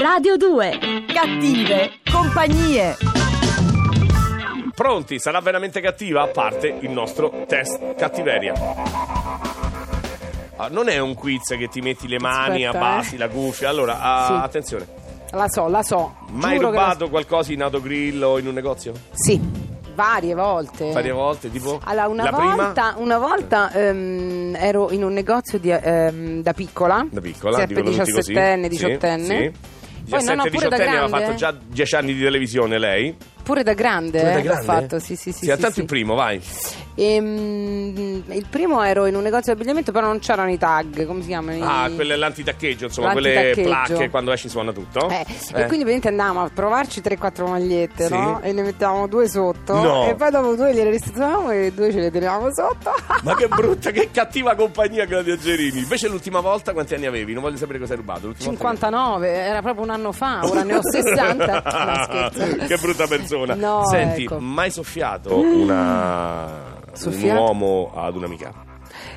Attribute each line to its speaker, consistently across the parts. Speaker 1: Radio 2.
Speaker 2: Cattive compagnie.
Speaker 3: Pronti? Sarà veramente cattiva? A parte il nostro test cattiveria. Ah, non è un quiz che ti metti le mani
Speaker 4: Aspetta,
Speaker 3: a basi, la cuffia. Allora, ah,
Speaker 4: Sì.
Speaker 3: attenzione.
Speaker 4: La so, la so.
Speaker 3: Mai
Speaker 4: Giuro che la
Speaker 3: rubato qualcosa in autogrill o in un negozio?
Speaker 4: so. Sì, varie volte.
Speaker 3: Varie volte, tipo?
Speaker 4: Eh. Allora, una
Speaker 3: la
Speaker 4: volta,
Speaker 3: prima?
Speaker 4: una volta ehm, ero in un negozio di, ehm, da piccola.
Speaker 3: Da piccola,
Speaker 4: Sempre
Speaker 3: dicono tutti così.
Speaker 4: 17enne,
Speaker 3: Sì,
Speaker 4: 18enne.
Speaker 3: sì.
Speaker 4: Poi no, no,
Speaker 3: 17
Speaker 4: pure da
Speaker 3: 18 aveva
Speaker 4: grande.
Speaker 3: fatto già 10 anni di televisione lei.
Speaker 4: Pure da grande,
Speaker 3: Pure Cioè, da
Speaker 4: eh, l'ho
Speaker 3: grande?
Speaker 4: fatto, sì, sì, sì.
Speaker 3: sì,
Speaker 4: sì,
Speaker 3: tanto
Speaker 4: sì.
Speaker 3: il primo, vai.
Speaker 4: Ehm, il primo ero in un negozio di abbigliamento, però non c'erano i tag, come si chiamano? i-
Speaker 3: Ah, quelle l'antitaccheggio, insomma, quelle
Speaker 4: L'antitaccheggio.
Speaker 3: placche quando esci suona tutto.
Speaker 4: Eh,
Speaker 3: Eh.
Speaker 4: E quindi ovviamente andavamo a provarci 3-4 magliette,
Speaker 3: Sì.
Speaker 4: no? E ne mettevamo due sotto.
Speaker 3: No.
Speaker 4: E poi dopo due gliele restituivamo e due ce le tenevamo sotto.
Speaker 3: Ma che brutta, che cattiva compagnia Claudia Gerini. Invece l'ultima volta quanti anni avevi? Non voglio sapere cosa hai rubato. L'ultima volta
Speaker 4: 59, era proprio un anno fa, ora ne ho 60. No, scherzo.
Speaker 3: che brutta persona.
Speaker 4: No,
Speaker 3: Senti,
Speaker 4: ecco. Mm.
Speaker 3: mai soffiato una... un
Speaker 4: Soffiato?
Speaker 3: uomo ad un'amica?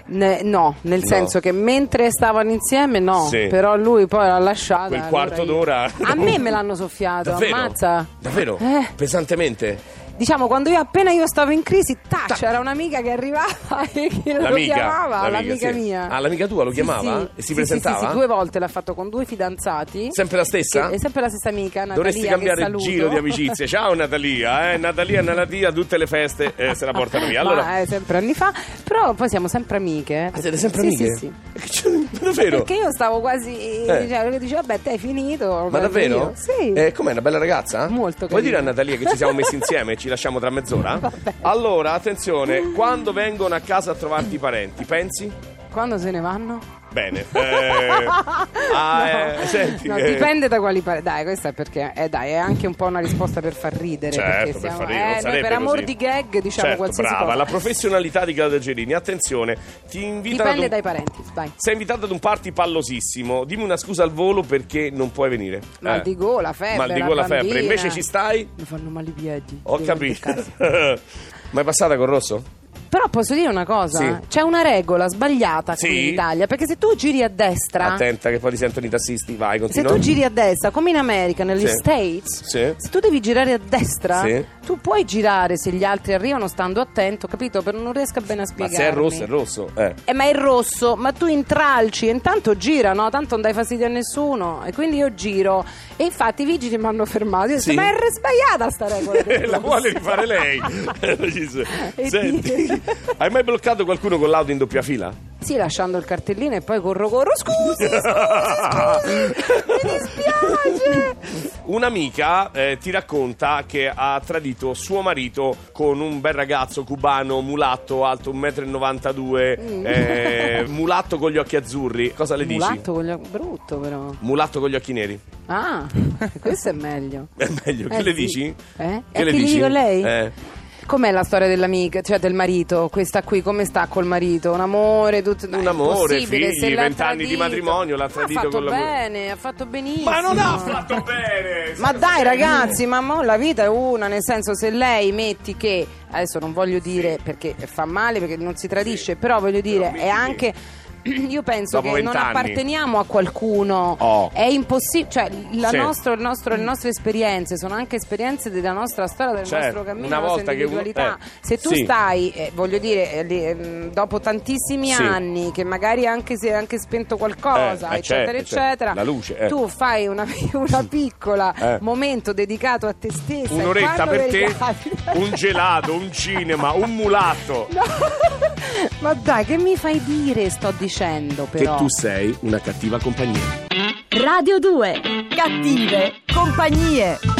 Speaker 4: Ne- no, nel
Speaker 3: No.
Speaker 4: senso che mentre stavano insieme no,
Speaker 3: Sì.
Speaker 4: però lui poi l'ha lasciata.
Speaker 3: Quel
Speaker 4: allora
Speaker 3: quarto
Speaker 4: io-
Speaker 3: d'ora.
Speaker 4: A me me l'hanno soffiato,
Speaker 3: Davvero?
Speaker 4: ammazza.
Speaker 3: Davvero?
Speaker 4: Eh.
Speaker 3: Pesantemente?
Speaker 4: Diciamo, quando io appena io stavo in crisi, tac,
Speaker 3: Tac.
Speaker 4: c'era un'amica che arrivava e che lo chiamava, l'amica
Speaker 3: sì.
Speaker 4: mia.
Speaker 3: Ah, l'amica tua lo
Speaker 4: Sì,
Speaker 3: chiamava?
Speaker 4: sì.
Speaker 3: E si
Speaker 4: Sì,
Speaker 3: presentava?
Speaker 4: Sì, sì, due volte l'ha fatto con due fidanzati.
Speaker 3: Sempre la
Speaker 4: Che
Speaker 3: stessa?
Speaker 4: è sempre la stessa amica, esatto, Natalia.
Speaker 3: Dovresti
Speaker 4: che
Speaker 3: cambiare il
Speaker 4: saluto.
Speaker 3: giro di amicizie. Ciao Natalia, eh? Natalia, Natalia, tutte le feste eh, se la portano via. Allora,
Speaker 4: Ma, eh, sempre anni fa, però poi siamo sempre amiche.
Speaker 3: Ah, siete sempre
Speaker 4: Sì,
Speaker 3: amiche?
Speaker 4: Sì, sì.
Speaker 3: Cioè, davvero?
Speaker 4: Perché io stavo quasi.
Speaker 3: Eh.
Speaker 4: Cioè, dicevo, vabbè, te hai finito.
Speaker 3: Ma
Speaker 4: vado
Speaker 3: davvero?
Speaker 4: io." Sì.
Speaker 3: Eh, com'è una bella ragazza?
Speaker 4: Molto
Speaker 3: Puoi
Speaker 4: carina.
Speaker 3: dire a Natalia che ci siamo messi insieme e ci lasciamo tra mezz'ora?
Speaker 4: Vabbè.
Speaker 3: Allora, attenzione, quando vengono a casa a trovarti i parenti, pensi?
Speaker 4: Quando se ne vanno?
Speaker 3: Bene. Eh, ah,
Speaker 4: No.
Speaker 3: eh, senti,
Speaker 4: No,
Speaker 3: eh,
Speaker 4: dipende da quali pare. Dai, questa è perché eh, dai, è anche un po' una risposta per far ridere.
Speaker 3: Certo,
Speaker 4: perché
Speaker 3: per
Speaker 4: siamo-
Speaker 3: far ridere,
Speaker 4: eh,
Speaker 3: non
Speaker 4: noi
Speaker 3: sarebbe
Speaker 4: per amor
Speaker 3: così.
Speaker 4: di gag, diciamo
Speaker 3: certo,
Speaker 4: qualsiasi
Speaker 3: brava,
Speaker 4: cosa.
Speaker 3: la professionalità di Claudia Gerini. Attenzione, ti invita
Speaker 4: Dipende
Speaker 3: ad un-
Speaker 4: dai parenti, vai.
Speaker 3: Sei invitato ad un party pallosissimo. Dimmi una scusa al volo perché non puoi venire.
Speaker 4: Mal
Speaker 3: Eh.
Speaker 4: di gola, febbre.
Speaker 3: Mal di
Speaker 4: la
Speaker 3: gola, febbre.
Speaker 4: bambina.
Speaker 3: Invece ci stai?
Speaker 4: Mi fanno male i piedi.
Speaker 3: Ho
Speaker 4: devo
Speaker 3: capito.
Speaker 4: andare a casa.
Speaker 3: Ma è passata col rosso?
Speaker 4: Però posso dire una cosa:
Speaker 3: Sì.
Speaker 4: c'è una regola sbagliata
Speaker 3: Sì.
Speaker 4: qui in Italia. Perché se tu giri a destra,
Speaker 3: Attenta che poi ti sentono i tassisti. Vai,
Speaker 4: se
Speaker 3: continua.
Speaker 4: tu giri a destra, come in America, negli
Speaker 3: Sì.
Speaker 4: States,
Speaker 3: Sì.
Speaker 4: se tu devi girare a destra,
Speaker 3: Sì.
Speaker 4: tu puoi girare se gli altri arrivano stando attento, capito? Però non riesco bene a
Speaker 3: Ma
Speaker 4: spiegare.
Speaker 3: se è rosso, è rosso. Eh.
Speaker 4: Eh, ma è rosso, ma tu intralci e intanto gira, no? Tanto non dai fastidio a nessuno. E quindi io giro. E infatti i vigili mi hanno fermato. Io ho detto,
Speaker 3: Sì.
Speaker 4: ma è sbagliata sta regola. del
Speaker 3: La
Speaker 4: rosso."
Speaker 3: vuole rifare lei. Ci sei.
Speaker 4: E
Speaker 3: Senti,
Speaker 4: dire.
Speaker 3: hai mai bloccato qualcuno con l'auto in doppia fila?
Speaker 4: Sì, lasciando il cartellino e poi corro, corro. Scusi, scusi, scusi, mi dispiace.
Speaker 3: Un'amica eh, ti racconta che ha tradito suo marito con un bel ragazzo cubano, mulatto, alto 1,92 m,
Speaker 4: Mm.
Speaker 3: eh, mulatto con gli occhi azzurri. Cosa le dici?
Speaker 4: Mulatto con gli occhi- brutto però.
Speaker 3: Mulatto con gli occhi neri.
Speaker 4: Ah, questo è meglio.
Speaker 3: È meglio. Che
Speaker 4: Eh,
Speaker 3: le
Speaker 4: sì.
Speaker 3: dici?
Speaker 4: Eh?
Speaker 3: Che
Speaker 4: Eh,
Speaker 3: le
Speaker 4: che gli
Speaker 3: dici?
Speaker 4: dico lei?
Speaker 3: Eh.
Speaker 4: Com'è la storia dell'amica, cioè del marito? Questa qui come sta col marito? Un amore, tutto dai,
Speaker 3: Un amore,
Speaker 4: è possibile,
Speaker 3: figli,
Speaker 4: se l'ha
Speaker 3: 20 anni di
Speaker 4: tradito.
Speaker 3: matrimonio, l'ha
Speaker 4: Ma
Speaker 3: tradito
Speaker 4: Ha fatto
Speaker 3: con l'amore.
Speaker 4: bene, ha fatto benissimo.
Speaker 3: Ma non ha fatto bene!
Speaker 4: Ma dai ragazzi, ma mo la vita è una, nel senso se lei metti che, adesso non voglio dire perché fa male, perché non si tradisce,
Speaker 3: Sì.
Speaker 4: però voglio
Speaker 3: Però
Speaker 4: dire,
Speaker 3: metti
Speaker 4: è anche... Io penso
Speaker 3: Dopo
Speaker 4: che non
Speaker 3: 20 anni.
Speaker 4: apparteniamo a qualcuno,
Speaker 3: Oh.
Speaker 4: è impossibile, cioè la
Speaker 3: Sì.
Speaker 4: nostro- il nostro- le nostre esperienze sono anche esperienze della nostra storia, del
Speaker 3: Certo,
Speaker 4: nostro cammino,
Speaker 3: una
Speaker 4: della nostra
Speaker 3: volta che uno-
Speaker 4: individualità.
Speaker 3: eh,
Speaker 4: Se tu
Speaker 3: sì.
Speaker 4: stai, eh, voglio dire, eh, lì, ehm, dopo tantissimi
Speaker 3: Sì.
Speaker 4: anni, che magari anche se è anche spento qualcosa,
Speaker 3: Eh, eh, certo,
Speaker 4: eccetera,
Speaker 3: certo.
Speaker 4: eccetera,
Speaker 3: La luce, eh.
Speaker 4: tu fai una, una piccola
Speaker 3: Eh.
Speaker 4: momento dedicato a te stessa e
Speaker 3: Un'oretta
Speaker 4: quando
Speaker 3: per
Speaker 4: vedi-
Speaker 3: te, un gelato, un cinema, un mulatto.
Speaker 4: No. ma dai che mi fai dire sto dicendo però
Speaker 3: sei una cattiva compagnia.
Speaker 1: Radio 2.
Speaker 2: Cattive compagnie.